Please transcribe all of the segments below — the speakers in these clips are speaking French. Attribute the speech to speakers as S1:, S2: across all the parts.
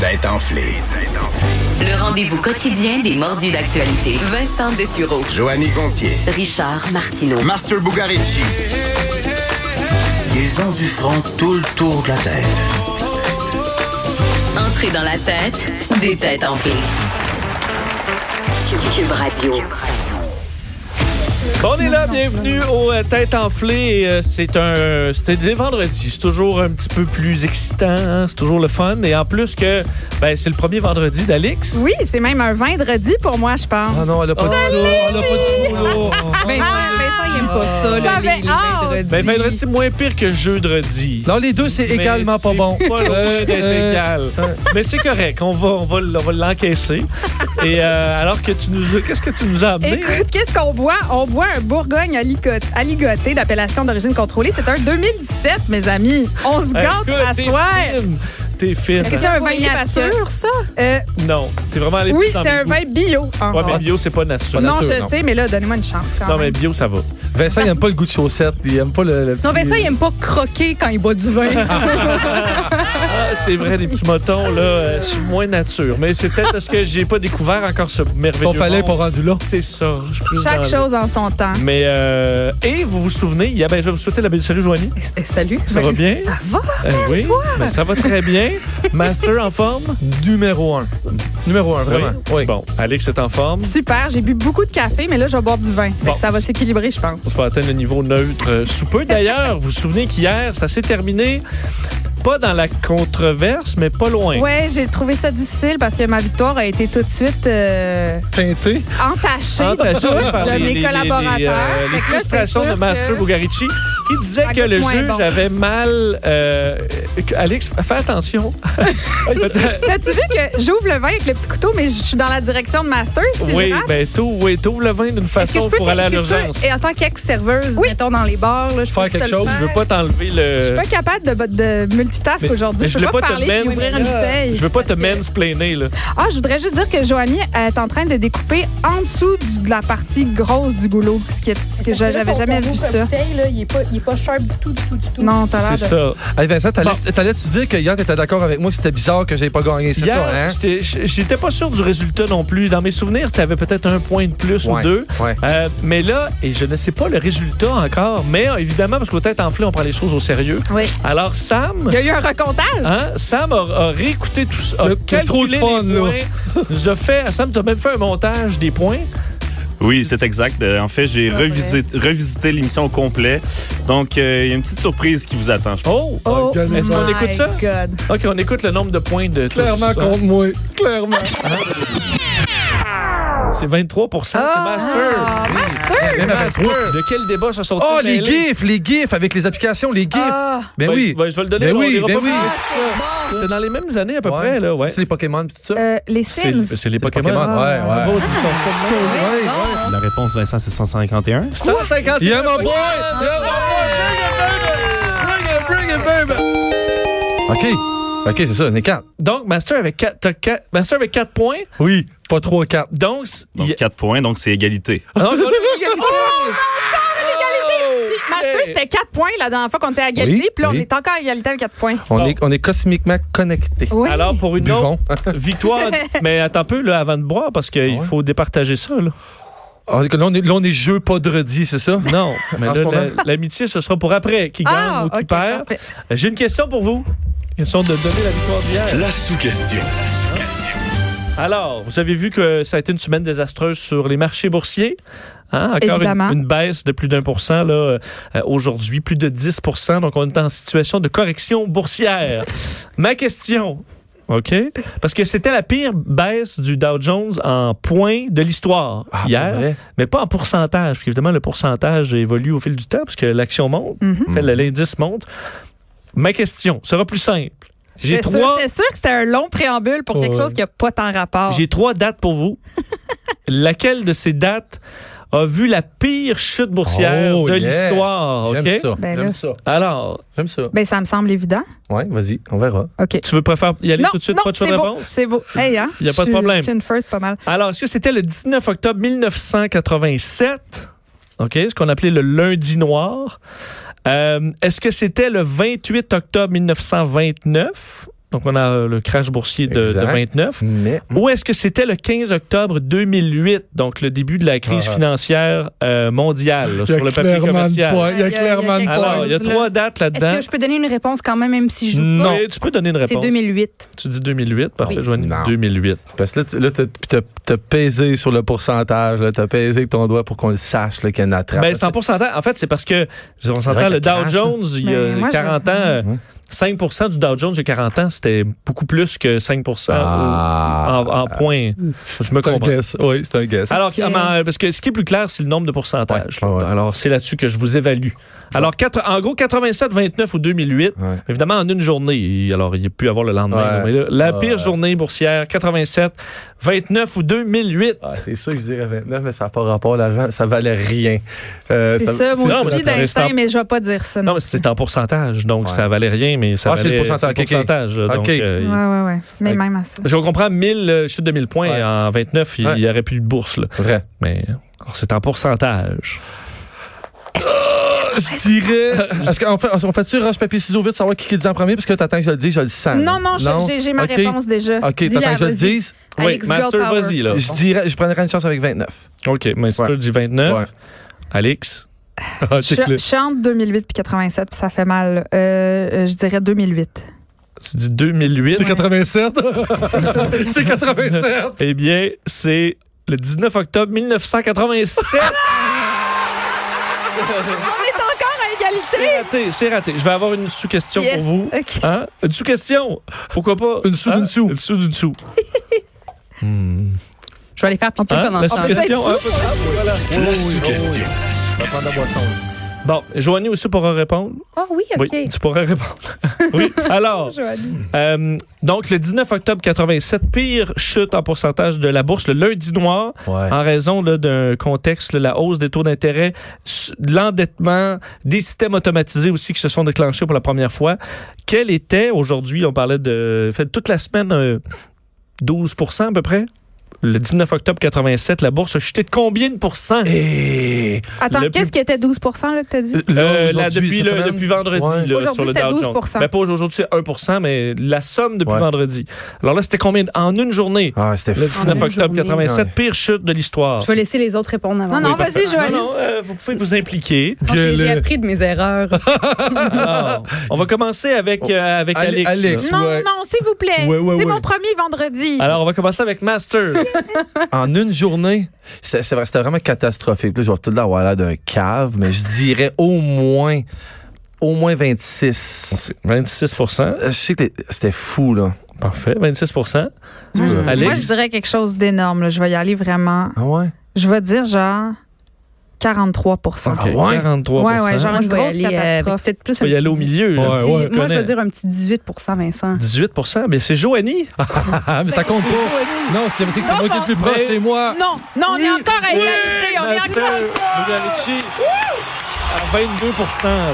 S1: Tête enflée.
S2: Le rendez-vous quotidien des mordus d'actualité. Vincent Dessureau.
S1: Joanny Gontier.
S2: Richard Martineau.
S1: Master Bugarici. Ils ont du front tout le tour de la tête.
S2: Entrée dans la tête des têtes enflées. Cube, Cube Radio.
S3: On est là, bienvenue aux euh, Têtes enflées. Et, euh, C'est un, c'était des vendredis. C'est toujours un petit peu plus excitant. hein. C'est toujours le fun. Et en plus que, ben, c'est le premier vendredi d'Alix.
S4: Oui, c'est même un vendredi pour moi, je pense.
S5: Ah non, elle a pas dit ça, elle a pas dit ce mot-là.
S6: Ben, ben ça, il aime pas ça, là,
S4: J'avais
S6: les, les
S4: hâte.
S6: vendredis.
S3: Ben, vendredi, c'est moins pire que jeudi.
S5: Non, les deux, c'est
S3: Mais
S5: également pas
S3: c'est
S5: bon.
S3: Pas loin
S5: Euh,
S3: d'être
S5: euh,
S3: égal. Mais c'est correct. On va, on va, l- on va l'encaisser. Et euh, alors que tu nous, as- qu'est-ce que tu nous as amené?
S4: Écoute, qu'est-ce qu'on boit? On boit un Bourgogne aligot- aligoté d'appellation d'origine contrôlée. C'est un 2017, mes amis. On se
S3: Hey,
S4: gâte
S3: écoute,
S4: à
S3: t'es
S4: soir.
S3: fine. T'es fine.
S6: Est-ce que c'est un vin
S4: Oui, parce que-
S6: nature, ça?
S4: Euh,
S3: Non, t'es vraiment allé
S4: oui,
S3: plus dans
S4: c'est
S3: le
S4: un
S3: goût.
S4: vin bio. Ah,
S3: Ouais, mais
S4: ah.
S3: bio, c'est pas naturel.
S4: non,
S5: nature,
S4: je
S5: non.
S4: sais, mais là, donnez-moi une chance quand
S3: Non, mais
S4: même.
S3: bio, ça va.
S5: Vincent, il aime pas le goût de chaussette. Il aime pas le. le petit-
S6: Non, ben ça, il aime pas croquer quand il boit du vin.
S3: Ah, c'est vrai, les petits motons, là, euh, je suis moins nature. Mais c'est peut-être parce que j'ai pas découvert encore ce merveilleux.
S5: Ton palais est pas
S3: monde.
S5: rendu là.
S3: C'est ça. je suis plus
S4: Chaque
S3: dans le-
S4: chose en son temps.
S3: Mais, euh, et vous vous souvenez, il y a, ben, je vais vous souhaiter la belle salut, Joanie.
S6: Eh, eh, Salut.
S3: Ça
S6: Ben,
S3: va bien?
S6: Ça va.
S3: Euh, oui, ben, ça va très bien. Master en forme?
S5: Numéro un. Numéro un, vraiment. Oui.
S3: Bon, Alex est en forme.
S4: Super, j'ai bu beaucoup de café, mais là, je vais boire du vin. Fait que
S3: Bon.
S4: ça va s'équilibrer, je pense.
S3: On se va atteindre le niveau neutre euh, sous peu. D'ailleurs, vous vous souvenez qu'hier, ça s'est terminé, pas dans la controverse, mais pas loin.
S4: Ouais, j'ai trouvé ça difficile parce que ma victoire a été tout de suite euh,
S5: Teinté.
S4: entachée, de,
S3: Entaché
S4: doutes
S3: par
S4: de
S3: les- les-
S4: mes
S3: les-
S4: collaborateurs.
S3: les, euh,
S4: Fait
S3: les
S4: que là, c'est
S3: frustrations de
S4: sûr
S3: Master
S4: que-
S3: Bugarici qui disait
S4: Ça
S3: que le
S4: goûte moins
S3: juge
S4: bon.
S3: avait mal. euh, que- Alex, fais attention. Peut-être-
S4: T'as-tu vu que j'ouvre le vin avec le petit couteau, mais je suis dans la direction de Master, si je
S3: oui,
S4: rate?
S3: ben tout, oui, t'ouvres le vin d'une
S6: Est-ce que
S3: façon
S6: je peux
S3: pour aller à
S6: est-ce que je peux-
S3: l'urgence.
S6: Et en tant qu'ex-serveuse,
S4: Oui.
S6: mettons dans les bars, là, je
S5: Faire
S6: peux te
S5: quelque
S6: le
S5: chose,
S6: faire.
S3: Je veux pas t'enlever le.
S4: Je suis pas capable de, de multitask
S3: euh, Mais-
S4: aujourd'hui.
S3: mais
S4: Je peux
S3: je voulais
S4: pas,
S3: pas te
S4: parler et
S3: mince-
S4: ouvrir une
S6: Là.
S4: bouteille.
S3: Je veux pas te mansplainer, là.
S4: Ah, je voudrais juste dire que Joanie est en train de découper en dessous du- de la partie grosse du goulot, ce qui est- ce que j'a- j'avais jamais vu ça.
S6: il, est pas, sharp du tout, du tout, du tout.
S4: Non, t'as l'air
S3: C'est
S4: de...
S3: ça.
S5: Hey, Vincent, t'allais-
S3: Bon.
S5: t'allais-tu dire que hier, t'étais d'accord avec moi que c'était bizarre que j'avais pas gagné, c'est
S3: Hier,
S5: ça, hein?
S3: j'étais- j'étais pas sûr du résultat non plus. Dans mes souvenirs, t'avais peut-être un point de plus ou
S5: Ouais,
S3: deux.
S5: ouais.
S3: Euh, mais là, et je ne sais pas le résultat encore, mais euh, évidemment, parce qu'au tête enflé, on prend les choses au sérieux.
S4: Oui.
S3: Alors, Sam.
S4: Il y a eu un recomptage.
S3: Hein? Sam a, a réécouté tout ça. a
S5: Le- le
S3: calculé
S5: trop de
S3: les
S5: fun, là.
S3: points, nous a fait, Sam, t'as même fait un montage des points.
S7: Oui, c'est exact. Euh, En fait, j'ai
S4: vrai.
S7: revisité, revisité l'émission au complet. Donc, euh, il y a une petite surprise qui vous attend. Je pense.
S3: Oh!
S4: Oh,
S3: Est-ce qu'on
S4: my
S3: écoute ça?
S4: God.
S3: OK, on écoute le nombre de points de.
S5: Clairement
S3: tout ça.
S5: contre moi. Clairement.
S3: C'est 23 c'est
S4: Ah!
S3: Master.
S5: Même avec
S3: Master.
S5: moi.
S3: De quel débat se sont-ils
S5: Oh, les
S3: mêlés?
S5: gifs, les gifs avec les applications, les gifs.
S6: Ah.
S5: Ben
S3: Ouais,
S5: oui.
S3: ouais, je vais le donner.
S5: Ben
S3: là, on
S5: oui,
S3: ira
S5: ben
S3: pas plus
S5: oui.
S3: loin que ça. C'était dans les mêmes années à peu près, là, ouais. Ah.
S5: C'est les Pokémon pis tout ça.
S4: Euh, les
S3: C'est
S4: Sims.
S3: c'est les Pokémon.
S5: Pokémon, ouais, ouais.
S3: Bravo, tu le sors comme moi.
S5: Ouais,
S6: non.
S5: ouais.
S7: La réponse, Vincent, c'est 151.
S3: 150
S5: Il y a mon boy! Il y a mon boy! Bring it, baby! Bring it, bring it, baby! OK. OK, c'est ça, on est quatre.
S3: Donc, Master avec 4, Master avec quatre points.
S5: Oui, pas trois, quatre.
S3: Donc, c-
S7: Donc,
S3: il-
S7: 4 points, donc c'est égalité.
S3: Ah, on a l'égalité. Oh!
S4: Master,
S3: Hey.
S4: c'était 4 points la dernière fois qu'on était à égalité,
S5: Oui,
S4: puis là, on
S5: oui.
S4: est encore à égalité avec 4 points.
S5: On,
S3: Bon.
S5: est, on est cosmiquement connectés.
S4: Oui.
S3: Oh! Alors, pour une
S5: Buvons.
S3: autre victoire. Mais attends un peu, là, avant de boire, parce qu'il
S5: Ouais.
S3: faut départager ça, là.
S5: Ah, Là, on est, là, on est jeu podredi, c'est ça?
S3: Non, mais
S5: En
S3: là,
S5: ce moment?
S3: la- l'amitié, ce sera pour après, qui gagne
S4: Ah,
S3: ou qui
S4: ok,
S3: perd.
S4: parfait.
S3: J'ai une question pour vous. Question de donner la victoire d'hier.
S1: La sous-question.
S3: Alors, vous avez vu que ça a été une semaine désastreuse sur les marchés boursiers. Hein, encore une,
S4: Évidemment.
S3: une baisse de plus d'un pour cent là, euh, euh, aujourd'hui, plus de 10 pour cent. Donc, on est en situation de correction boursière. Ma question, OK? Parce que c'était la pire baisse du Dow Jones en points de l'histoire
S5: Ah,
S3: hier,
S5: pour vrai?
S3: mais pas en pourcentage, parce qu'évidemment, le pourcentage évolue au fil du temps, parce que l'action monte,
S4: Mhm.
S3: en fait, l'indice monte. Ma question sera plus simple. J'ai
S4: J'étais
S3: trois,
S4: sûre- J'étais sûre que c'était un long préambule pour quelque
S5: Ouais.
S4: chose qui n'a pas tant rapport.
S3: j'ai trois dates pour vous. Laquelle de ces dates a vu la pire chute boursière
S5: Oh,
S3: de
S5: yeah.
S3: l'histoire?
S5: J'aime
S3: ok?
S5: ça.
S4: Ben là.
S5: J'aime ça.
S3: Alors,
S5: J'aime ça.
S4: Ben, ça me semble évident.
S5: Ouais, vas-y, on verra.
S4: OK.
S3: tu veux préférer y aller
S4: non,
S3: tout de suite,
S4: non,
S3: pas de choix de
S4: c'est beau,
S3: réponse?
S4: C'est beau. Hey, hein?
S3: Y a pas de
S4: Je suis-
S3: problème.
S4: Je suis une first pas mal.
S3: Alors, est-ce que c'était le 19 octobre 1987? OK, ce qu'on appelait le lundi noir. Euh, est-ce que c'était le 28 octobre 1929? Donc, on a euh, le crash boursier de, de
S5: Exact.
S3: 29.
S5: Mais.
S3: Ou est-ce que c'était le 15 octobre 2008, donc le début de la crise
S5: Ah.
S3: financière euh, mondiale là, sur le papier commercial?
S5: Il y a clairement
S4: quelque
S5: de
S4: chose.
S3: Alors, il y a trois dates là-dedans.
S6: Est-ce que je peux donner une réponse quand même, même si je joue
S3: Ben- Non.
S6: pas?
S3: Tu peux donner une
S6: C'est
S3: réponse.
S6: 2008.
S3: Tu dis 2008. Parfait,
S6: Oui.
S3: Joanie dit
S5: Non.
S3: 2008.
S5: Parce que là, tu- là, t'as- puis t'as- t'as pesé sur le pourcentage, là, t'as pesé avec ton doigt pour qu'on le sache, là, qu'il y a une attrape.
S3: Ben, c'est en pourcentage. En fait, c'est parce que, on s'entend,
S5: vrai
S3: le
S5: que
S3: Dow
S5: crash,
S3: Jones, il y a
S6: Ben,
S4: Mais moi,
S3: 40 ans, euh,
S5: Mhm.
S3: 5 du Dow Jones il y a 40 ans, c'était beaucoup plus que 5
S5: Ah.
S3: au- en, en points. Je me
S5: C'est un
S3: comprends.
S5: guess. Oui, c'est un guess.
S3: Alors, euh, parce que ce qui est plus clair, c'est le nombre de pourcentages.
S5: Ouais, ouais, ouais.
S3: Alors, c'est là-dessus que je vous évalue. Alors, quatre- en gros, 87, 29 ou 2008,
S5: Ouais.
S3: évidemment, en une journée. Il- Alors, il a pu avoir le lendemain.
S5: Ouais.
S3: mais là, la
S5: Ouais.
S3: pire journée boursière, 87, 29 ou 2008.
S5: Ah, c'est sûr que je dirais 29, mais ça n'a pas rapport à l'argent. Ça valait rien. Euh,
S4: C'est ça,
S3: non,
S4: moi
S3: mais
S4: aussi
S3: c'est un
S4: d'instinct,
S3: restant.
S4: mais je vais pas dire ça.
S3: Non, mais c'est en pourcentage, donc
S5: Ouais.
S3: ça valait rien, mais ça
S5: Ah, c'est le
S3: valait-
S5: pourcentage,
S3: c'est le
S5: ok, ok.
S3: pourcentage, donc,
S5: Ok.
S3: euh,
S4: Ouais, ouais, ouais. Mais
S5: Ouais.
S4: même à ça.
S3: Je comprends 1000 euh, chute de 1000 points
S5: Ouais.
S3: en 29, il
S5: Ouais.
S3: n'y aurait plus de bourse là.
S5: Vrai.
S3: Mais alors, c'est en pourcentage.
S5: Euh, Je dirais. Est-ce qu'on fait, on fait-tu roche, papier, ciseaux vite, savoir qui, qui le dit en premier? Parce que t'attends que je le dise, je le
S3: Ah,
S5: sens.
S4: Non, non, j'ai- j'ai- j'ai ma
S5: Ok.
S4: réponse déjà.
S5: OK,
S6: Dis-la,
S5: t'attends que je le
S6: vas-y.
S5: dise.
S6: Alex Girl
S3: Master,
S6: Power.
S3: vas-y là.
S5: Je dirais, je prendrais une chance avec 29.
S3: OK, Master
S5: Ouais.
S3: dit 29. Alex,
S5: Hein?
S4: Je,
S5: Ah, check-le.
S4: je suis entre 2008 puis 87, puis ça fait mal. Euh, euh, je dirais 2008.
S3: tu dis 2008.
S5: C'est 87. C'est 87.
S3: Eh bien, c'est le 19 octobre 1987.
S5: Ah,
S4: On est encore à égalité!
S3: c'est raté, c'est raté. Je vais avoir une sous-question
S4: Yes.
S3: pour vous.
S4: OK.
S3: Hein? Une sous-question. Pourquoi pas?
S5: Une sous
S3: Hein?
S5: d'une sous.
S3: Une sous d'une sous.
S6: Je vais aller faire pipi
S3: Hein?
S6: pendant
S3: La
S6: ce temps-là.
S3: sous-question. hein?
S1: La suggestion.
S5: Je vais prendre la boisson.
S3: Bon, Joanie aussi pourra répondre.
S6: Ah oui, OK.
S3: Oui, tu pourras répondre. oui. Alors, euh, donc le 19 octobre 87, pire chute en pourcentage de la bourse, le lundi noir,
S5: Ouais.
S3: en raison là, d'un contexte, là, la hausse des taux d'intérêt, s- l'endettement, des systèmes automatisés aussi qui se sont déclenchés pour la première fois. Quel était aujourd'hui, on parlait de fait, toute la semaine euh, 12 à peu près? Le 19 octobre 87, la bourse a chuté de combien de pourcents?
S5: Et.
S3: Le
S4: Attends,
S3: plus-
S4: qu'est-ce qui était 12 là, que t'as dit?
S5: Là,
S3: Euh, là,
S5: aujourd'hui,
S3: depuis,
S5: cette
S3: le-
S5: semaine?
S3: depuis vendredi,
S5: Ouais.
S3: là,
S4: Aujourd'hui,
S3: sur le
S4: c'était
S3: Dow
S4: 12
S3: Jones. Ben, pas aujourd'hui, c'est 1 mais la somme depuis
S5: Ouais.
S3: vendredi. Alors là, c'était combien de- en une journée?
S5: Ah, c'était
S3: Le
S5: fou.
S3: 19 octobre
S6: journée.
S3: 87,
S5: Ouais.
S3: pire chute de l'histoire.
S6: Je vais laisser les autres répondre avant.
S4: Non, non, vas-y,
S3: Non,
S4: Joanie.
S3: non, euh, vous pouvez vous impliquer.
S6: Non, j'ai- J'ai
S5: Gueuleux.
S6: appris de mes erreurs.
S3: Alors, on va commencer avec, euh, avec
S5: Ale-
S3: Alex.
S5: Ah. Oh. Alex.
S4: Non,
S5: Ouais.
S4: non, s'il vous plaît.
S5: Ouais, ouais,
S4: c'est
S5: ouais.
S4: mon premier vendredi.
S3: Alors, on va commencer avec Master.
S5: En une journée, c'est- c'est vrai- c'était vraiment catastrophique. Là, je vais tout avoir l'air d'un cave, mais je dirais au moins, au moins 26.
S3: 26
S5: Euh, Je sais que les- c'était fou, là.
S3: Parfait, 26
S6: Mmh.
S4: Moi,
S3: Alex?
S4: je dirais quelque chose d'énorme. là. Je vais y aller vraiment.
S5: Ah ouais?
S4: Je vais dire genre 43
S5: Ah ouais?
S3: 43
S4: Ouais, ouais, genre une
S6: Moi, je vais
S4: grosse
S6: aller euh, avec
S4: catastrophe.
S6: peut-être plus
S3: On
S6: un
S3: va y
S6: petit
S3: aller au milieu. là.
S5: Ouais,
S6: dix-
S5: ouais.
S6: Moi, je vais
S3: Connais.
S6: dire un petit 18 Vincent.
S3: Ben, 18 mais c'est Joanie.
S5: Ah, mais ça compte pas. Non, c'est c'est que c'est moi qui est le plus
S3: Mais-
S5: proche, c'est moi.
S4: Non, non, on est encore à
S3: Oui,
S4: égalité. On est
S3: Master
S4: encore.
S3: Ludovici à 22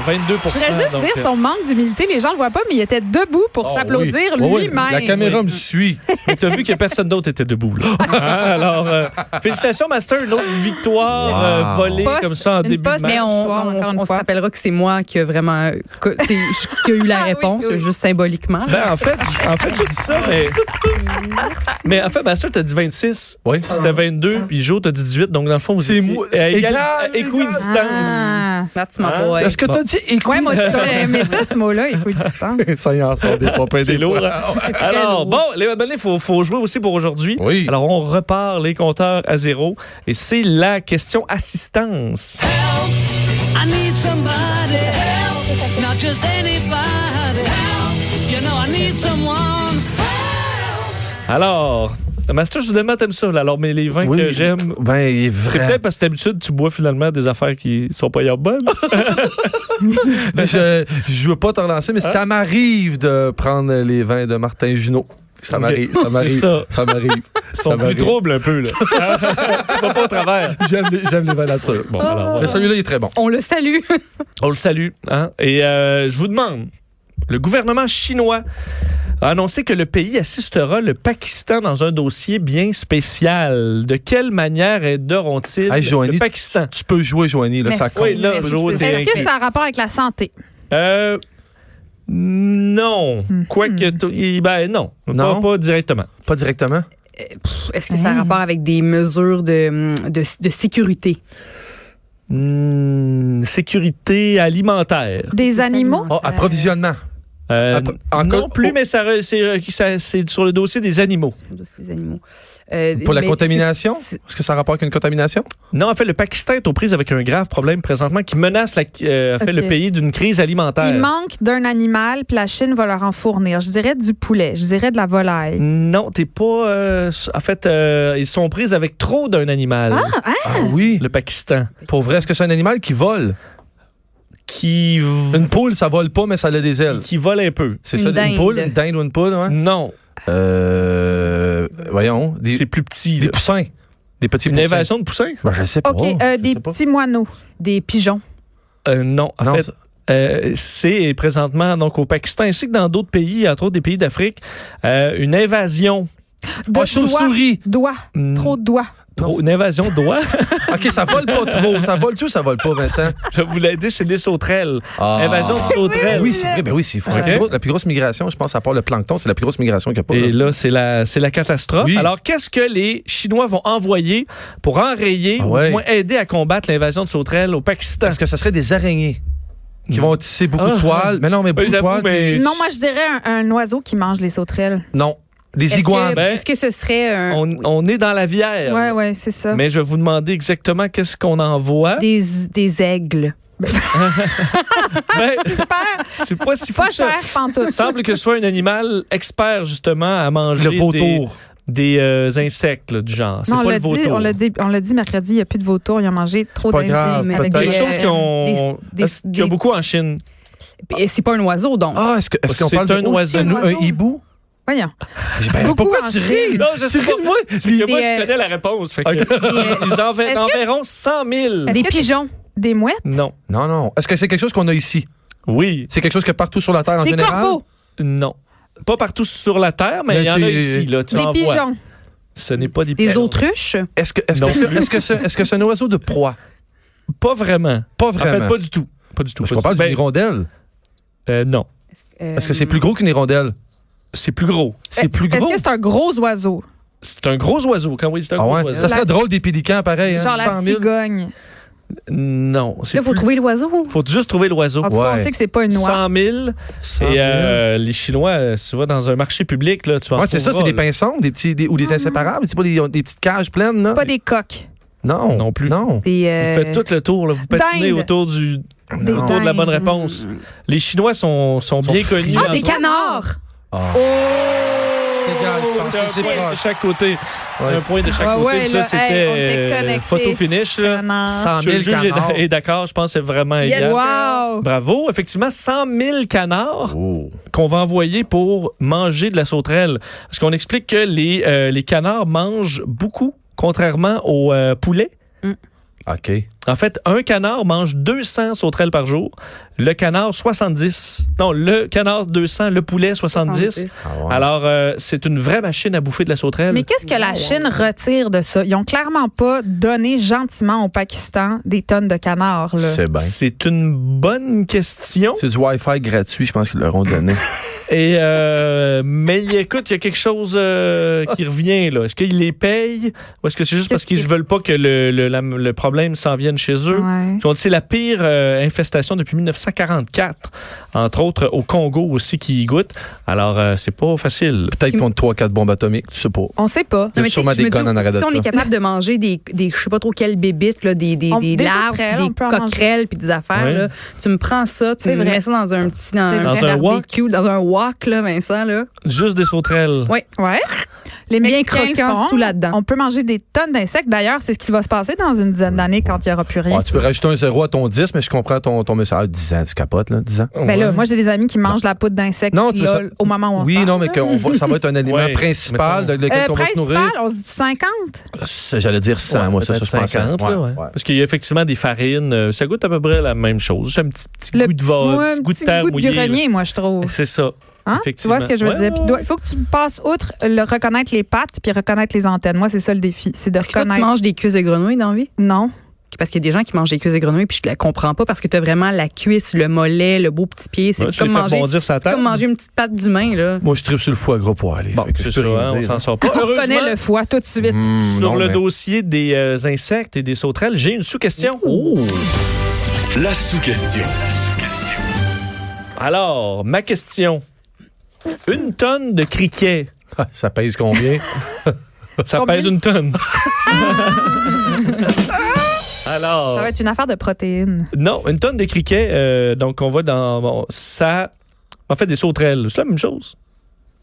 S3: 22
S4: Je
S5: Ah,
S4: voudrais juste
S3: donc,
S4: dire
S3: euh,
S4: son manque d'humilité. Les gens le voient pas, mais il était debout pour
S5: Oh,
S4: s'applaudir
S5: oui. Oh, oui.
S4: lui-même. Ah.
S5: La caméra me suit.
S3: euh, mais T'as vu que personne d'autre était debout. Là. Hein? Alors, euh, félicitations, Master. Une autre victoire
S5: Wow.
S3: euh, volée
S4: Poste-
S3: comme ça en
S4: une
S3: début de
S4: poste-
S3: match.
S6: Mais on,
S4: Victoire,
S6: on-
S4: encore une
S6: on se
S4: fois.
S6: rappellera que c'est moi qui a vraiment que- t'sais, je- qui a eu la
S4: Ah oui,
S6: réponse,
S4: oui.
S6: juste symboliquement. là.
S3: Ben, en fait, en fait, je dis ça, mais. Mais en fait, Master, t'as dit 26.
S5: Oui.
S3: puis C'était 22, puis Jo, t'as dit 18. Donc, dans le fond, vous
S5: C'est
S3: étiez
S5: moi-
S3: à
S5: c'est
S3: égal-
S5: égal,
S3: à équidistance.
S4: Ah.
S6: That's my boy.
S5: Est-ce que t'as dit écoute?
S4: Ouais, moi, j'aurais aimé ça, ce mot-là, équidistance.
S5: Ça y en sort des popins
S3: C'est
S5: des
S3: lourd.
S5: fois.
S3: hein? Alors,
S6: lourd.
S3: bon, les abonnés, il faut, faut jouer aussi pour aujourd'hui.
S5: Oui.
S3: Alors, on repart les compteurs à zéro. Et c'est la question assistance.
S8: I need somebody help, not just anybody help. You know I need someone.
S3: Alors, Master, soudainement, t'aimes ça. là. Alors, mais les vins que j'aime.
S5: Ben, il est
S3: C'est
S5: vrai.
S3: peut-être parce que d'habitude, tu bois finalement des affaires qui sont pas hier bonnes.
S5: je, je veux pas te relancer, mais ça m'arrive de prendre les vins de Martin Junot. Ça
S3: Ok.
S5: m'arrive,
S3: C'est
S5: ça m'arrive,
S3: ça.
S5: ça, m'arrive.
S3: Ils sont
S5: ça
S3: plus
S5: m'arrive.
S3: troubles un peu. Là. tu vas pas au travers.
S5: J'aime les, j'aime les vins nature.
S3: Bon, alors,
S5: Ah. Mais
S3: voilà.
S5: celui-là, il est très bon.
S6: On le salue.
S3: On le salue. Hein? Et euh, je vous demande, le gouvernement chinois a annoncé que le pays assistera le Pakistan dans un dossier bien spécial. De quelle manière aideront-ils
S5: Hey, Joanie,
S3: le Pakistan?
S5: Tu peux jouer, Joanie, là, ça
S6: Merci.
S5: compte.
S3: Oui, là,
S6: Merci.
S3: Jo, t'es
S4: Est-ce que
S3: inquiet.
S4: ça a rapport avec la santé?
S3: Euh, Non. Quoique, t- il- ben non. Pas,
S5: Hmm. Non?
S3: pas directement.
S5: Pas directement?
S6: Est-ce que ça a rapport avec des mesures de, de, de sécurité?
S3: Hmm, sécurité alimentaire.
S4: Des animaux?
S5: Oh, approvisionnement.
S3: Euh,
S5: Après- encore-
S3: non plus, mais ça re- c'est re- ça- c'est sur le dossier des animaux.
S6: Des animaux. Euh,
S5: Pour la
S6: mais
S5: contamination?
S6: est-ce que
S5: Est-ce que ça a rapport avec une contamination?
S3: Non, en fait, le Pakistan est aux prises avec un grave problème présentement qui menace la- euh, en fait,
S4: Ok.
S3: le pays d'une crise alimentaire.
S4: Il manque d'un animal, puis la Chine va leur en fournir. Je dirais du poulet, je dirais de la
S5: Mm.
S4: volaille.
S3: Non, t'es pas. euh, en fait, euh, ils sont prises avec trop d'un animal,
S5: Ah oui.
S3: le Pakistan,
S5: Pour vrai, est-ce que c'est un animal qui vole?
S3: qui, v-
S5: Une poule, ça vole pas, mais ça a des ailes.
S3: qui vole un peu.
S5: C'est
S6: Une
S5: ça,
S6: dinde.
S5: une poule? Une dinde ou une poule, ouais?
S3: Non,
S5: Euh, voyons. Des,
S3: c'est plus petit.
S5: des
S3: là.
S5: poussins. Des petits
S3: Une
S5: poussins.
S3: invasion de poussins?
S5: Ben, je sais pas.
S4: OK, euh,
S5: Je
S4: des
S5: sais pas. Oh,
S4: petits moineaux.
S6: c'est Des pigeons.
S3: Euh, non, en
S5: Non,
S3: fait.
S5: ça-
S3: euh, c'est présentement donc au Pakistan ainsi que dans d'autres pays, entre autres des pays d'Afrique, euh, une invasion,
S4: De
S5: Ah, chauve-souris. Mm.
S4: Doigts,
S3: Hmm.
S4: trop de doigts.
S3: Trop- une invasion d'oies.
S5: OK, ça vole pas trop. Ça vole-tu ou ça vole pas, Vincent?
S3: Je vous l'ai dit, c'est des sauterelles.
S5: Ah.
S3: Invasion de sauterelles.
S5: Oui, c'est vrai. Ben oui, c'est fou. C'est La,
S3: Ok.
S5: plus grosse, la plus grosse migration, je pense, à part le plancton, c'est la plus grosse migration qu'il y a pas.
S3: Et
S5: là.
S3: là, c'est la, c'est la catastrophe.
S5: Oui.
S3: Alors, qu'est-ce que les Chinois vont envoyer pour enrayer
S5: Ah
S3: ou
S5: ouais.
S3: au moins aider à combattre l'invasion de sauterelles au Pakistan?
S5: Est-ce que ça serait des araignées qui vont tisser beaucoup
S3: Ah.
S5: de toiles? Mais non, mais
S3: Ben,
S5: beaucoup de
S3: j'avoue,
S5: toiles.
S3: mais-
S4: Non, moi, je dirais un, un oiseau qui mange les sauterelles.
S5: Non. Des
S6: Est-ce
S5: iguanes.
S6: que, est-ce que ce serait un-
S3: On, on est dans la
S5: Ah,
S3: vière.
S4: Ouais, ouais, c'est ça.
S3: Mais je vais vous demander exactement qu'est-ce qu'on envoie.
S6: des, des aigles?
S3: Ben,
S4: ah, Super,
S3: c'est pas si fou
S4: pas
S3: que ça.
S4: cher, pantoute.
S3: Il semble que ce soit un animal expert justement à manger
S5: Le vautour.
S3: des, des, euh, insectes là, du genre. C'est
S4: Non,
S3: pas
S4: on
S3: le
S4: l'a dit,
S3: vautour.
S4: on l'a dit, on l'a dit mercredi, il n'y a plus de vautours, ils ont mangé trop
S5: pas
S4: d'insectes.
S5: grave.
S6: Mais
S5: peut-être.
S6: des-
S3: Quelque
S4: euh,
S3: chose qu'on
S6: des-
S3: est-ce qu'il y a
S6: des-
S3: beaucoup en Chine.
S6: Et C'est pas un oiseau, donc.
S5: Ah, est-ce que- est-ce qu'on
S3: C'est
S5: parle de-
S3: un
S5: Oh,
S3: oiseau.
S5: c'est nous, un
S4: Oiseau.
S5: hibou?
S4: Voyons.
S5: J'ai- ben,
S4: Beaucoup
S5: pourquoi
S4: en
S5: tu
S4: Chine.
S5: ris?
S3: Non, je sais pas moi. parce que moi,
S6: Des, euh,
S3: je connais la réponse. fait que-
S6: Des,
S3: Ils en
S4: Est-ce
S3: enverront 100 000.
S6: des
S4: que tu-
S6: pigeons.
S4: Des mouettes?
S3: Non.
S5: Non, non. Est-ce que c'est quelque chose qu'on a ici?
S3: Oui.
S5: C'est quelque chose que partout sur la Terre en
S4: Des
S5: général?
S4: corbeaux?
S3: Non. Pas partout sur la Terre, mais
S5: Mais
S3: il y en
S5: tu-
S3: a ici. Là, tu
S4: Des
S3: en vois.
S4: pigeons?
S3: Ce n'est pas des
S6: Des
S3: pigeons.
S6: autruches.
S5: Est-ce que est-ce
S3: Non
S5: que c'est
S3: plus.
S5: est-ce que c'est- est-ce que c'est un oiseau de proie?
S3: Pas vraiment.
S5: Pas
S3: En fait,
S5: vraiment.
S3: pas du tout. Pas du tout.
S5: Parce
S3: pas
S5: qu'on
S3: du
S5: parle
S3: tout.
S5: d'une hirondelle.
S3: Ben, euh, non.
S6: Euh,
S5: Est-ce que c'est plus gros qu'une hirondelle?
S3: C'est plus gros.
S5: C'est plus
S4: Est-ce
S5: gros.
S4: que c'est un gros oiseau?
S3: C'est un gros oiseau. Quand oui, c'est un
S5: Ah
S3: gros
S5: ouais?
S3: oiseau.
S5: Ça serait drôle des pélicans, pareil. hein?
S4: Genre
S5: 100
S4: la
S5: 000.
S4: cigogne.
S3: Non. c'est
S6: Là, il faut
S3: plus-
S6: trouver l'oiseau.
S3: faut juste trouver l'oiseau.
S4: En tout cas, on
S5: Ouais.
S4: sait que c'est pas une noix.
S3: 100 000.
S5: 100 000.
S3: Et euh, les Chinois, euh, tu vas dans un marché public, là, tu en
S5: Ouais, c'est ça, c'est
S3: trouveras,
S5: des
S3: là.
S5: pinsons des petits, des- ou des inséparables. C'est pas des, des petites cages pleines, là?
S4: Ah. C'est pas des coques.
S5: Non.
S3: Non plus.
S5: Non.
S6: Des,
S3: Vous
S6: euh,
S3: faites tout le tour, là, vous patinez
S4: Dinde.
S3: autour, du,
S4: Des
S5: Non.
S3: autour de la
S4: dindes.
S3: bonne réponse. Les Chinois sont, sont,
S5: Sont
S3: bien
S5: friands.
S3: connus.
S6: Ah, des
S3: entre-
S6: canards.
S5: Ah.
S4: Oh!
S5: C'est égal, je pense
S3: C'est
S5: que c'est
S3: un point de
S5: proche.
S3: chaque côté.
S5: Ouais.
S3: Un point de chaque
S4: Ah
S3: côté.
S4: ouais,
S3: Parce que là,
S4: là,
S3: c'était
S4: hey, on est
S3: euh,
S4: connectés.
S3: photo finish. Là.
S4: Vraiment.
S5: 100
S3: Monsieur
S5: 000
S3: le juge est-
S5: canards.
S3: est d'accord, je pense que c'est vraiment
S6: Yes.
S3: égal.
S4: Wow!
S3: Oh. Bravo. Effectivement, 100 000 canards
S5: Oh.
S3: qu'on va envoyer pour manger de la sauterelle. Parce qu'on explique que les, euh, les canards mangent beaucoup, contrairement aux euh, poulets.
S5: Mm. OK.
S3: En fait, un canard mange 200 sauterelles par jour. Le canard, 70. Non, le canard, 200. Le poulet, 70.
S6: 70.
S5: Ah ouais.
S3: Alors, euh, c'est une vraie machine à bouffer de la sauterelle.
S4: Mais qu'est-ce que la Chine retire de ça? Ils ont clairement pas donné gentiment au Pakistan des tonnes de canards. Là.
S5: c'est bien.
S3: C'est une bonne question.
S5: C'est du Wi-Fi gratuit, je pense qu'ils leur ont donné.
S3: Et euh, mais écoute, il y a quelque chose euh, qui revient là. Est-ce qu'ils les payent ou est-ce que c'est juste parce
S4: Qu'est-ce
S3: qu'ils
S4: qui-
S3: veulent pas que le, le, la- le problème s'en vienne chez eux?
S4: Ouais.
S3: Ils ont dit, C'est la pire euh, infestation depuis 1944, entre autres au Congo aussi qui y goûte. Alors euh, c'est pas facile.
S5: Peut-être contre 3-4 bombes atomiques, tu sais pas.
S4: On sait pas.
S5: Il y a
S6: mais tu sais,
S5: sûrement
S6: je
S5: des
S6: me dis,
S5: connes en arrière de
S6: Si on
S5: ça.
S6: est capable de manger des, des je sais pas trop quelles bébites, là, des, des,
S4: On-
S6: des
S4: des
S6: larves,
S4: sauterelles,
S6: puis
S4: on peut en
S6: des coquerelles, puis des affaires,
S3: Ouais.
S6: là, tu me prends ça, tu
S4: C'est
S6: me
S4: vrai.
S6: mets ça dans un petit dans,
S4: C'est vrai.
S6: un,
S3: Dans un
S6: barbecue, dans un wok, là, Vincent. Là.
S3: Juste des sauterelles.
S6: Ouais.
S4: Ouais. Les
S6: Bien
S4: Mexicains le
S6: croquant
S4: font.
S6: sous là-dedans.
S4: On peut manger des tonnes d'insectes. D'ailleurs, c'est ce qui va se passer dans une dizaine d'années quand il n'y aura plus rien.
S5: Ah, tu peux rajouter un zéro à ton 10, mais je comprends ton, ton message. Ah, 10 ans, tu capotes, là, 10 ans.
S3: Ah,
S4: Ben là, moi, j'ai des amis qui mangent la poudre d'insectes
S5: Non, tu veux
S4: lol,
S5: ça-
S4: au moment où on se
S5: Oui,
S4: parle,
S5: non, mais
S4: là.
S5: qu'on va- ça va être un aliment
S3: Ouais,
S5: principal
S3: mettons.
S5: de lequel
S4: Euh,
S5: on va se nourrir.
S4: principal, on se dit 50.
S5: C'est- J'allais dire 100,
S3: Ouais,
S5: moi, ça, ça,
S3: peut-être
S5: je pense.
S3: 50, là, ouais. Parce qu'il y a effectivement des farines. euh, ça goûte à peu près la même chose. Juste un petit, petit
S4: Le-
S3: goût de vodka,
S4: Ouais,
S3: un petit goût de terre mouillée. là.
S4: grenier, moi, je trouve.
S3: C'est ça.
S4: Hein? Tu
S3: Effectivement.
S4: vois ce que je veux
S3: Ouais,
S4: dire? Puis
S3: ouais,
S4: dois-
S3: ouais.
S4: il faut que tu passes outre le reconnaître les pattes puis reconnaître les antennes. Moi, c'est ça le défi, c'est de
S6: Est-ce que toi, tu
S4: reconnaître.
S6: manges des cuisses de grenouille dans la vie?
S4: Non.
S6: Parce qu'il y a des gens qui mangent des cuisses de grenouille, puis je la comprends pas parce que tu as vraiment la cuisse, le mollet, le beau petit pied. C'est
S3: Ouais, tu
S6: comme,
S3: les fais
S6: manger,
S3: rebondir sur la
S6: c'est comme
S3: table.
S6: manger une petite patte d'humain. là.
S5: Moi, je tripe sur le foie gros pour aller.
S3: Bon, c'est ça, hein, on s'en sort pas.
S4: On reconnaît
S3: Heureusement, Mm.
S4: le foie tout de suite.
S5: Mm,
S3: sur le dossier des euh, insectes et des sauterelles, j'ai une sous-question.
S1: La sous-question.
S3: Alors, ma question. Une tonne de criquets,
S5: Ça pèse combien?
S3: ça
S4: Combien?
S3: pèse une tonne. Alors,
S4: Ça va être une affaire de protéines.
S3: non, une tonne de criquets, euh, donc on va dans... bon, ça... En fait, des sauterelles, c'est la même chose.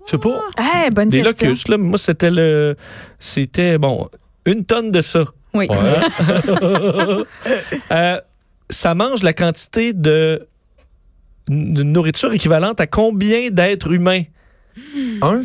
S3: Je sais pas.
S4: Eh, bonne
S3: Des
S4: question.
S3: locustes, là. Moi, c'était le... C'était, bon, une tonne de ça.
S6: Oui.
S3: hein? Euh, ça mange la quantité de, de nourriture équivalente à combien d'êtres humains?
S5: un?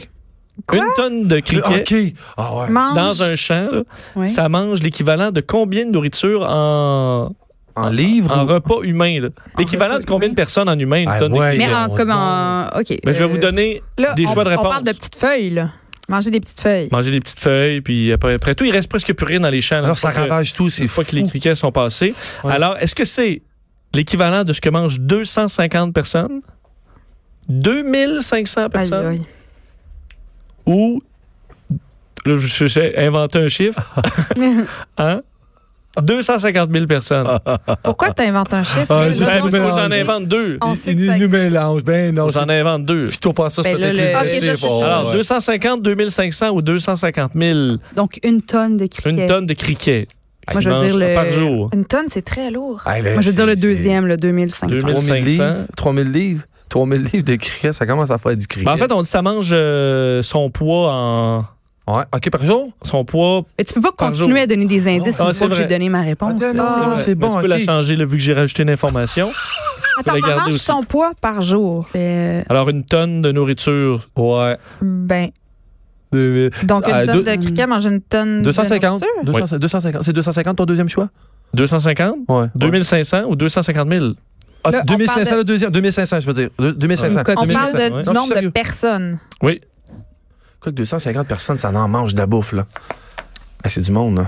S3: Une tonne de criquets
S5: OK. Ah ouais.
S4: Mange.
S3: dans un champ, là,
S6: Oui.
S3: ça mange l'équivalent de combien de nourriture en,
S5: En livre?
S3: en
S5: ou-
S3: repas humain? là? L'équivalent de combien de personnes en humain, une
S5: Ah
S3: tonne de
S5: ouais,
S3: criquets?
S6: Mais en,
S5: on-
S6: comme en. OK.
S3: Ben, je vais vous
S6: Euh,
S3: donner
S4: Là,
S3: des
S4: on,
S3: choix de
S4: on
S3: réponse.
S4: parle de petites feuilles, là. Manger des petites feuilles.
S3: Manger des petites feuilles, puis après, après tout, il reste presque plus rien dans les champs. là,
S5: Alors,
S3: une
S5: ça
S3: fois que-
S5: ravage tout, c'est
S3: une
S5: fou.
S3: fois que les criquets sont passés.
S5: Ouais.
S3: Alors, est-ce que c'est l'équivalent de ce que mangent 250 personnes, 2500
S4: Aïe,
S3: personnes
S4: aïe.
S3: ou, là, je je- j'ai inventé un chiffre,
S6: Euh.
S3: hein? 250 000 personnes.
S4: Pourquoi tu inventes un chiffre?
S5: Ah,
S4: là?
S5: juste
S3: Ben,
S5: pour
S4: on
S3: parce
S5: me
S3: que
S4: sait-
S3: j'en invente deux.
S4: On sait que ça
S5: nous
S4: existe.
S5: mélange. Ben non,
S3: J'en invente deux.
S5: Fito pense ça, c'est
S6: Ben là,
S5: peut-être
S6: le-
S5: plus
S6: Ok,
S5: facile.
S4: ça, c'est-
S5: Bon,
S3: Alors,
S5: ouais.
S3: 250, 2500 ou 250 000.
S6: Donc, une tonne de criquets.
S3: Une tonne de criquets.
S6: Moi,
S3: qui
S6: je veux
S3: mangent
S6: dire le-
S3: Par jour.
S4: Une tonne, c'est très lourd.
S5: Ah, ben,
S6: Moi, je veux
S5: c'est-
S6: dire le
S5: c'est-
S6: deuxième, le 2500.
S3: 2000.
S5: 3000 livres,
S3: 1500.
S5: 3000 livres, 3000 livres de criquets, ça commence à faire du criquet.
S3: Ben, en fait, on dit ça mange euh, son poids en...
S5: Ouais. OK, par jour?
S3: Son poids
S6: Mais tu peux pas
S3: Par
S6: continuer
S3: jour.
S6: à donner des indices
S3: Ah,
S6: une
S3: c'est
S6: fois que
S3: vrai.
S6: j'ai donné ma réponse.
S5: Attends,
S6: là.
S5: non. Ah, c'est
S3: Mais
S5: bon,
S3: Euh, ben, Tu peux
S5: ok.
S3: la changer là, vu que j'ai rajouté une information.
S4: Attends,
S3: la
S4: ça
S3: garder
S4: mange
S3: aussi.
S4: son poids par jour.
S6: Euh,
S3: Alors, une tonne de nourriture.
S5: Ouais.
S4: Ben,
S5: 2000.
S4: donc une
S5: Ah,
S4: tonne
S5: deux-
S4: de criquet mange une tonne
S5: 250?
S4: de nourriture.
S5: 200 250. C'est 250 ton deuxième choix? Ah,
S3: 250,
S5: Ouais.
S3: 2500 ou 250 000?
S5: Ah,
S4: Là, on
S5: 2500
S4: parle
S5: le deuxième. 2500, je veux dire. Deux- 2500.
S6: Une copie.
S4: On
S5: 2500.
S4: parle de-
S3: ouais.
S4: du
S5: Non,
S4: nombre de
S5: sérieux.
S4: personnes.
S3: Oui.
S5: Quoique 250 personnes, ça en mange de la bouffe, là. Ah, c'est du monde, là.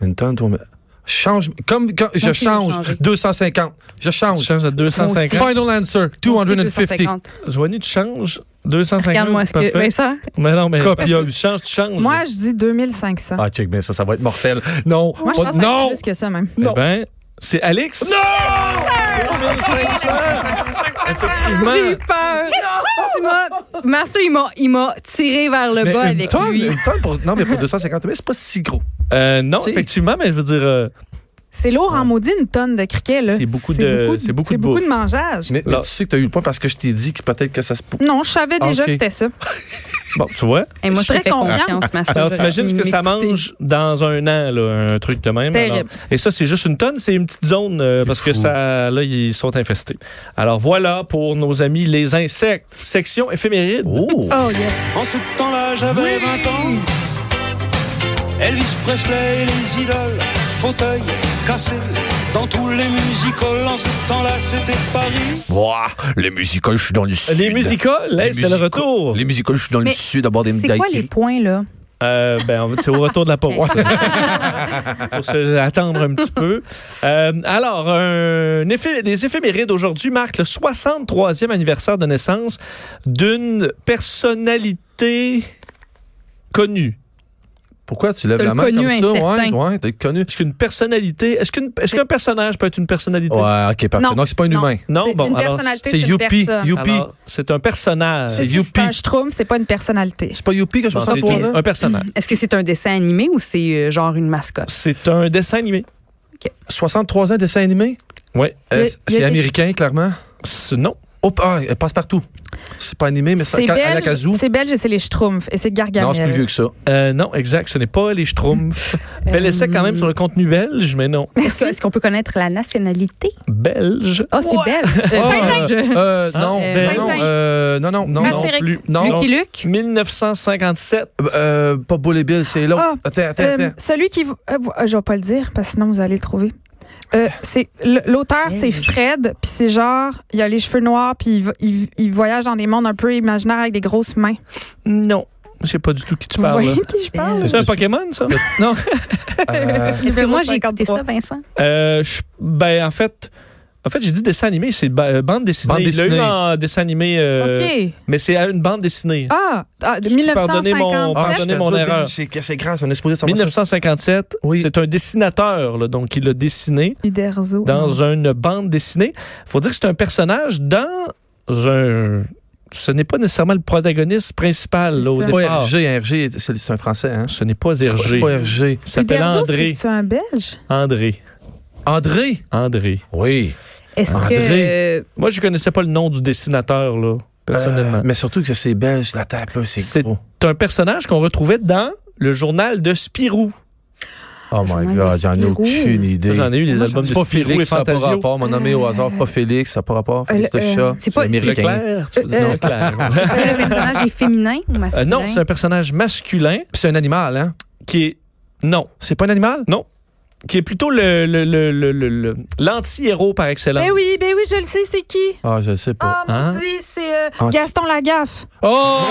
S5: Une tonne, toi, mais- Change. Comme quand je
S6: Ok,
S5: change.
S6: changer.
S5: 250. Je
S3: Tu
S5: change.
S3: changes à 250.
S5: Final answer.
S6: on
S5: 250.
S6: sait 250.
S3: Joanie, tu changes 250.
S6: Regarde-moi ce que.
S3: parfait.
S6: Mais ça,
S3: Mais non, mais
S5: Copieuse.
S3: tu changes, tu changes.
S4: Moi, je dis 2500.
S5: Ah, check bien ça, ça va être mortel. Non.
S4: Moi, je
S5: pas-
S4: pense
S3: Oh,
S4: que c'est
S5: non!
S4: plus que ça, même.
S3: Eh ben, c'est Alex. Non! 2500!
S6: j'ai eu
S3: Effectivement.
S6: peur. Tu m'as- Master, il m'a- il m'a tiré vers le
S5: Mais
S6: bas
S5: une
S6: avec
S5: tonne,
S6: lui.
S5: une tonne pour, non, mais pour 250 000, c'est pas si gros.
S3: Euh, non,
S5: C'est-
S3: effectivement, mais je veux dire, euh,
S4: C'est lourd en maudit, une tonne de criquet, là.
S3: C'est beaucoup de- c'est beaucoup de bouffe.
S4: mangeage.
S5: Mais, mais
S3: Là.
S5: tu sais que t'as eu le point parce que je t'ai dit que peut-être que ça se. pou-
S4: Non, je savais
S5: Ah,
S4: déjà
S5: ok.
S4: que c'était ça.
S3: bon, tu vois.
S6: Et moi,
S4: je suis
S6: je te fais
S4: très confiante.
S6: confiance, Master.
S3: Alors, t'imagines ce que ça
S6: M'écouter.
S3: mange dans un an, là, un truc de même.
S4: Terrible.
S3: Alors, et ça, c'est juste une tonne, c'est une petite zone euh,
S5: C'est
S3: parce que
S5: fou.
S3: ça, là, ils sont infestés. Alors voilà pour nos amis les insectes. Section éphéméride.
S5: Oh!
S4: Oh, yes.
S1: En ce temps-là, j'avais 20 ans. Elvis Presley et les idoles, fauteuil cassé dans tous les musicals. En ce temps-là, c'était Paris.
S5: Ouah, les musicals, je suis dans le sud.
S3: Les musicoles, hey,
S5: Les
S3: c'est le
S5: musicals-
S3: retour.
S5: Les musicals, je suis dans le
S6: Mais
S5: sud à bord des
S6: C'est quoi
S5: Daiquiri.
S6: les points, là?
S3: Euh, ben, on va- c'est au retour de la pause. Faut se attendre un petit peu. Euh, alors, un effet, les éphémérides aujourd'hui marquent le 63e anniversaire de naissance d'une personnalité connue.
S5: Pourquoi tu lèves
S6: T'as
S5: la
S6: le
S5: main
S6: connu
S5: comme ça? Ouais,
S6: incertain.
S5: ouais, t'es connu.
S3: Est-ce qu'une personnalité, est-ce qu'une- est-ce qu'un personnage peut être une personnalité?
S5: Ouais, ok, parfait.
S4: Non.
S5: Donc, c'est pas un
S4: Non.
S5: humain.
S3: Non,
S4: C'est
S3: bon,
S4: une
S3: alors
S4: personnalité,
S5: c'est
S4: c'est une
S5: Youpi.
S4: personne.
S5: Youpi.
S3: alors, c'est un personnage.
S4: Euh, Si C'est
S5: Youpi.
S4: un schtroumpf, c'est pas une personnalité.
S5: C'est pas Youpi que je
S3: Non,
S5: me sens
S3: c'est
S5: pour
S3: un,
S5: là?
S3: un personnage.
S6: Est-ce que c'est un dessin animé ou c'est euh, genre une mascotte?
S3: C'est un dessin animé.
S5: 63 ans, dessin animé?
S3: Ouais.
S4: Il
S5: Euh,
S4: y a- il y
S5: c'est
S4: a des-
S5: américain, clairement.
S3: C'est- Non.
S5: Oh, ah, elle passe partout. C'est pas animé, mais ça,
S4: C'est
S5: quand- à la
S4: belge,
S5: casou.
S4: c'est belge et c'est les schtroumpfs. Et c'est Gargamel.
S5: Non, c'est plus vieux que ça.
S3: Euh, non, exact. Ce n'est pas les Schtroumpfs. Bel essai quand même sur le contenu belge, mais non.
S6: Est-ce que- est-ce qu'on peut connaître la nationalité?
S3: Belge. ben
S6: Ah, c'est belle.
S5: Oh,
S6: Euh, belge.
S5: Euh,
S3: Ah.
S5: non,
S6: Hein?
S5: non, non,
S4: Tintin.
S5: euh, non, non, non, non,
S4: Astérix.
S5: plus. Non,
S6: Lucky Luke?
S3: 1957.
S5: Euh, pas Bull et Bill, c'est l'autre.
S4: Ah,
S5: attends, attends,
S4: Euh,
S5: attends.
S4: celui qui. euh, vous- euh, je vais pas le dire, parce que sinon vous allez le trouver. Euh, c'est l- l'auteur c'est Fred puis c'est genre il a les cheveux noirs puis il, va- il- il voyage dans des mondes un peu imaginaires avec des grosses mains
S3: Non. Je sais pas du tout qui tu
S4: Vous
S3: parles. là.
S4: voyez de qui je parle?
S5: Fais-
S3: C'est un Pokémon, ça? non.
S5: Euh,
S6: Est-ce que
S4: Numéro
S6: moi, j'ai écouté
S4: 53.
S6: ça, Vincent?
S3: Euh, je- ben, en fait, en fait j'ai dit dessin animé, c'est ba- euh, bande dessinée.
S5: Bande
S3: Il l'a
S5: dessinée.
S3: eu en dessin animé, euh,
S4: OK.
S3: mais c'est à une bande dessinée.
S4: Ah, ah, de
S3: Je peux pardonner mon-
S4: 1957.
S3: Pardonnez mon
S5: Ah, je-
S3: erreur.
S5: C'est c'est grave, on est supposé savoir ça.
S3: 1957,
S5: Oui.
S3: c'est un dessinateur là, donc il l'a dessiné
S4: Uderzo.
S3: dans
S5: Mmh.
S3: une bande dessinée. Faut dire que c'est un personnage dans un ce n'est pas nécessairement le protagoniste principal
S4: C'est
S3: là, au
S4: ça.
S5: C'est pas
S3: départ.
S5: RG, hein, RG, c'est c'est un français, hein?
S3: Ce n'est pas
S5: C'est pas- C'est
S3: Hergé.
S5: pas RG.
S3: Il s'appelle
S4: Uderzo,
S3: André.
S4: C'est un Belge.
S3: André.
S5: André?
S3: André.
S5: Oui.
S6: Est-ce que.
S5: André.
S6: euh,
S3: Moi, je connaissais pas le nom du dessinateur là, personnellement.
S5: Euh, mais surtout que c'est belge, la tape, c'est
S3: C'est-
S5: gros.
S3: C'est un personnage qu'on retrouvait dans le journal de Spirou.
S5: Oh
S6: Journal
S5: my
S6: de
S5: god, j'en ai
S6: Spirou.
S5: aucune idée.
S3: Ça, J'en ai eu des albums de
S5: C'est pas
S3: Spirou et
S5: Félix, ça n'a pas
S3: Fantasio.
S5: rapport. Mon nommé au hasard, pas Félix, ça n'a pas rapport. Félix
S4: Euh,
S5: le
S4: euh,
S5: chat.
S6: c'est pas-
S5: américain.
S3: Leclerc. tu-
S4: Euh,
S3: non, Leclerc.
S6: Est-ce que le personnage est féminin ou masculin?
S3: Euh, non, c'est un personnage masculin
S5: Puis c'est un animal, hein?
S3: qui est non,
S5: C'est pas un animal?
S3: qui est plutôt le le- le- le- le- le- l'anti-héros par excellence.
S4: Ben oui, ben oui, je le sais, c'est qui?
S5: Ah, je le sais pas.
S4: Ah, mon
S3: Hein?
S4: Dieu, c'est euh,
S5: Ah,
S4: Gaston Lagaffe.
S5: Oh!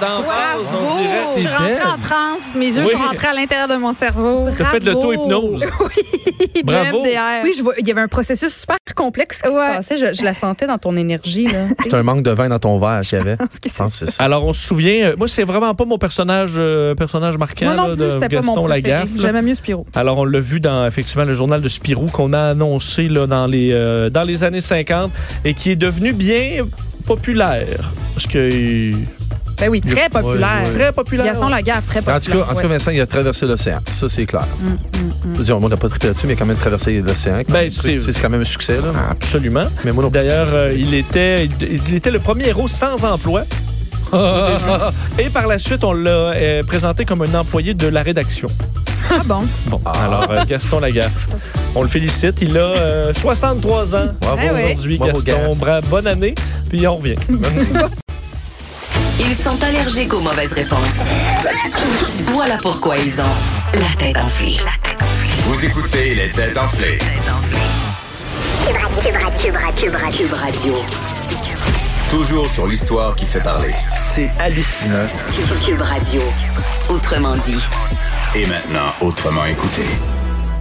S6: l'emphase, on
S4: Bravo!
S6: dirait.
S4: Je suis
S5: C'est
S4: rentrée
S5: belle.
S4: en transe. Mes yeux
S3: Oui.
S4: sont rentrés à l'intérieur de mon cerveau.
S3: T'as fait de
S6: Bravo.
S3: l'auto-hypnose.
S4: Oui,
S3: Bravo.
S4: MDR.
S6: Oui, je vois, il y avait un processus super complexe qui
S4: Ouais.
S6: se passait. Je, je la sentais dans ton énergie. Là.
S5: C'est un manque de vin dans ton verre qu'il y avait.
S4: pense que
S5: Je
S4: c'est
S5: pense
S4: ça.
S5: que c'est ça.
S3: Alors, on se souvient, euh, moi, c'est vraiment pas mon personnage, euh, personnage marquant
S4: Moi non
S3: là,
S4: plus,
S3: de
S4: c'était pas
S3: Gaston
S4: mon préféré.
S3: Lagaffe. là.
S4: J'aimais mieux Spirou.
S3: Alors, on l'a vu dans, effectivement, le journal de Spirou qu'on a annoncé là, dans, les, euh, dans les années 50 et qui est devenu bien populaire. Parce que.
S4: Ben oui, très populaire.
S3: Très populaire.
S4: Gaston Lagaffe, très
S5: En
S4: populaire.
S5: tout cas, en tout cas,
S4: ouais.
S5: Vincent, il a traversé l'océan. Ça, c'est clair. Je veux dire, on n'a pas trippé là-dessus, mais il a quand même traversé l'océan.
S3: Ben,
S5: Comme
S3: c'est-
S5: truc, C'est quand même un succès, là.
S3: Absolument.
S5: Mais moi non plus.
S3: D'ailleurs, euh, il, était, il était le premier héros sans emploi. Et par la suite, on l'a euh, présenté comme un employé de la rédaction.
S4: Ah bon?
S3: Bon, alors euh, Gaston Lagaffe, on le félicite. Il a euh, 63 ans
S5: Bravo.
S4: Eh oui.
S3: aujourd'hui,
S5: Bravo,
S3: Gaston.
S5: Gaston.
S3: Bra- bonne année, puis on revient.
S2: Ils sont allergiques aux mauvaises réponses. Voilà pourquoi ils ont la tête enflée.
S9: Vous écoutez les têtes enflées.
S2: Cube Radio.
S9: Toujours sur l'histoire qui fait parler.
S10: C'est hallucinant.
S2: Cube Radio. Autrement dit.
S9: Et maintenant, autrement écouté.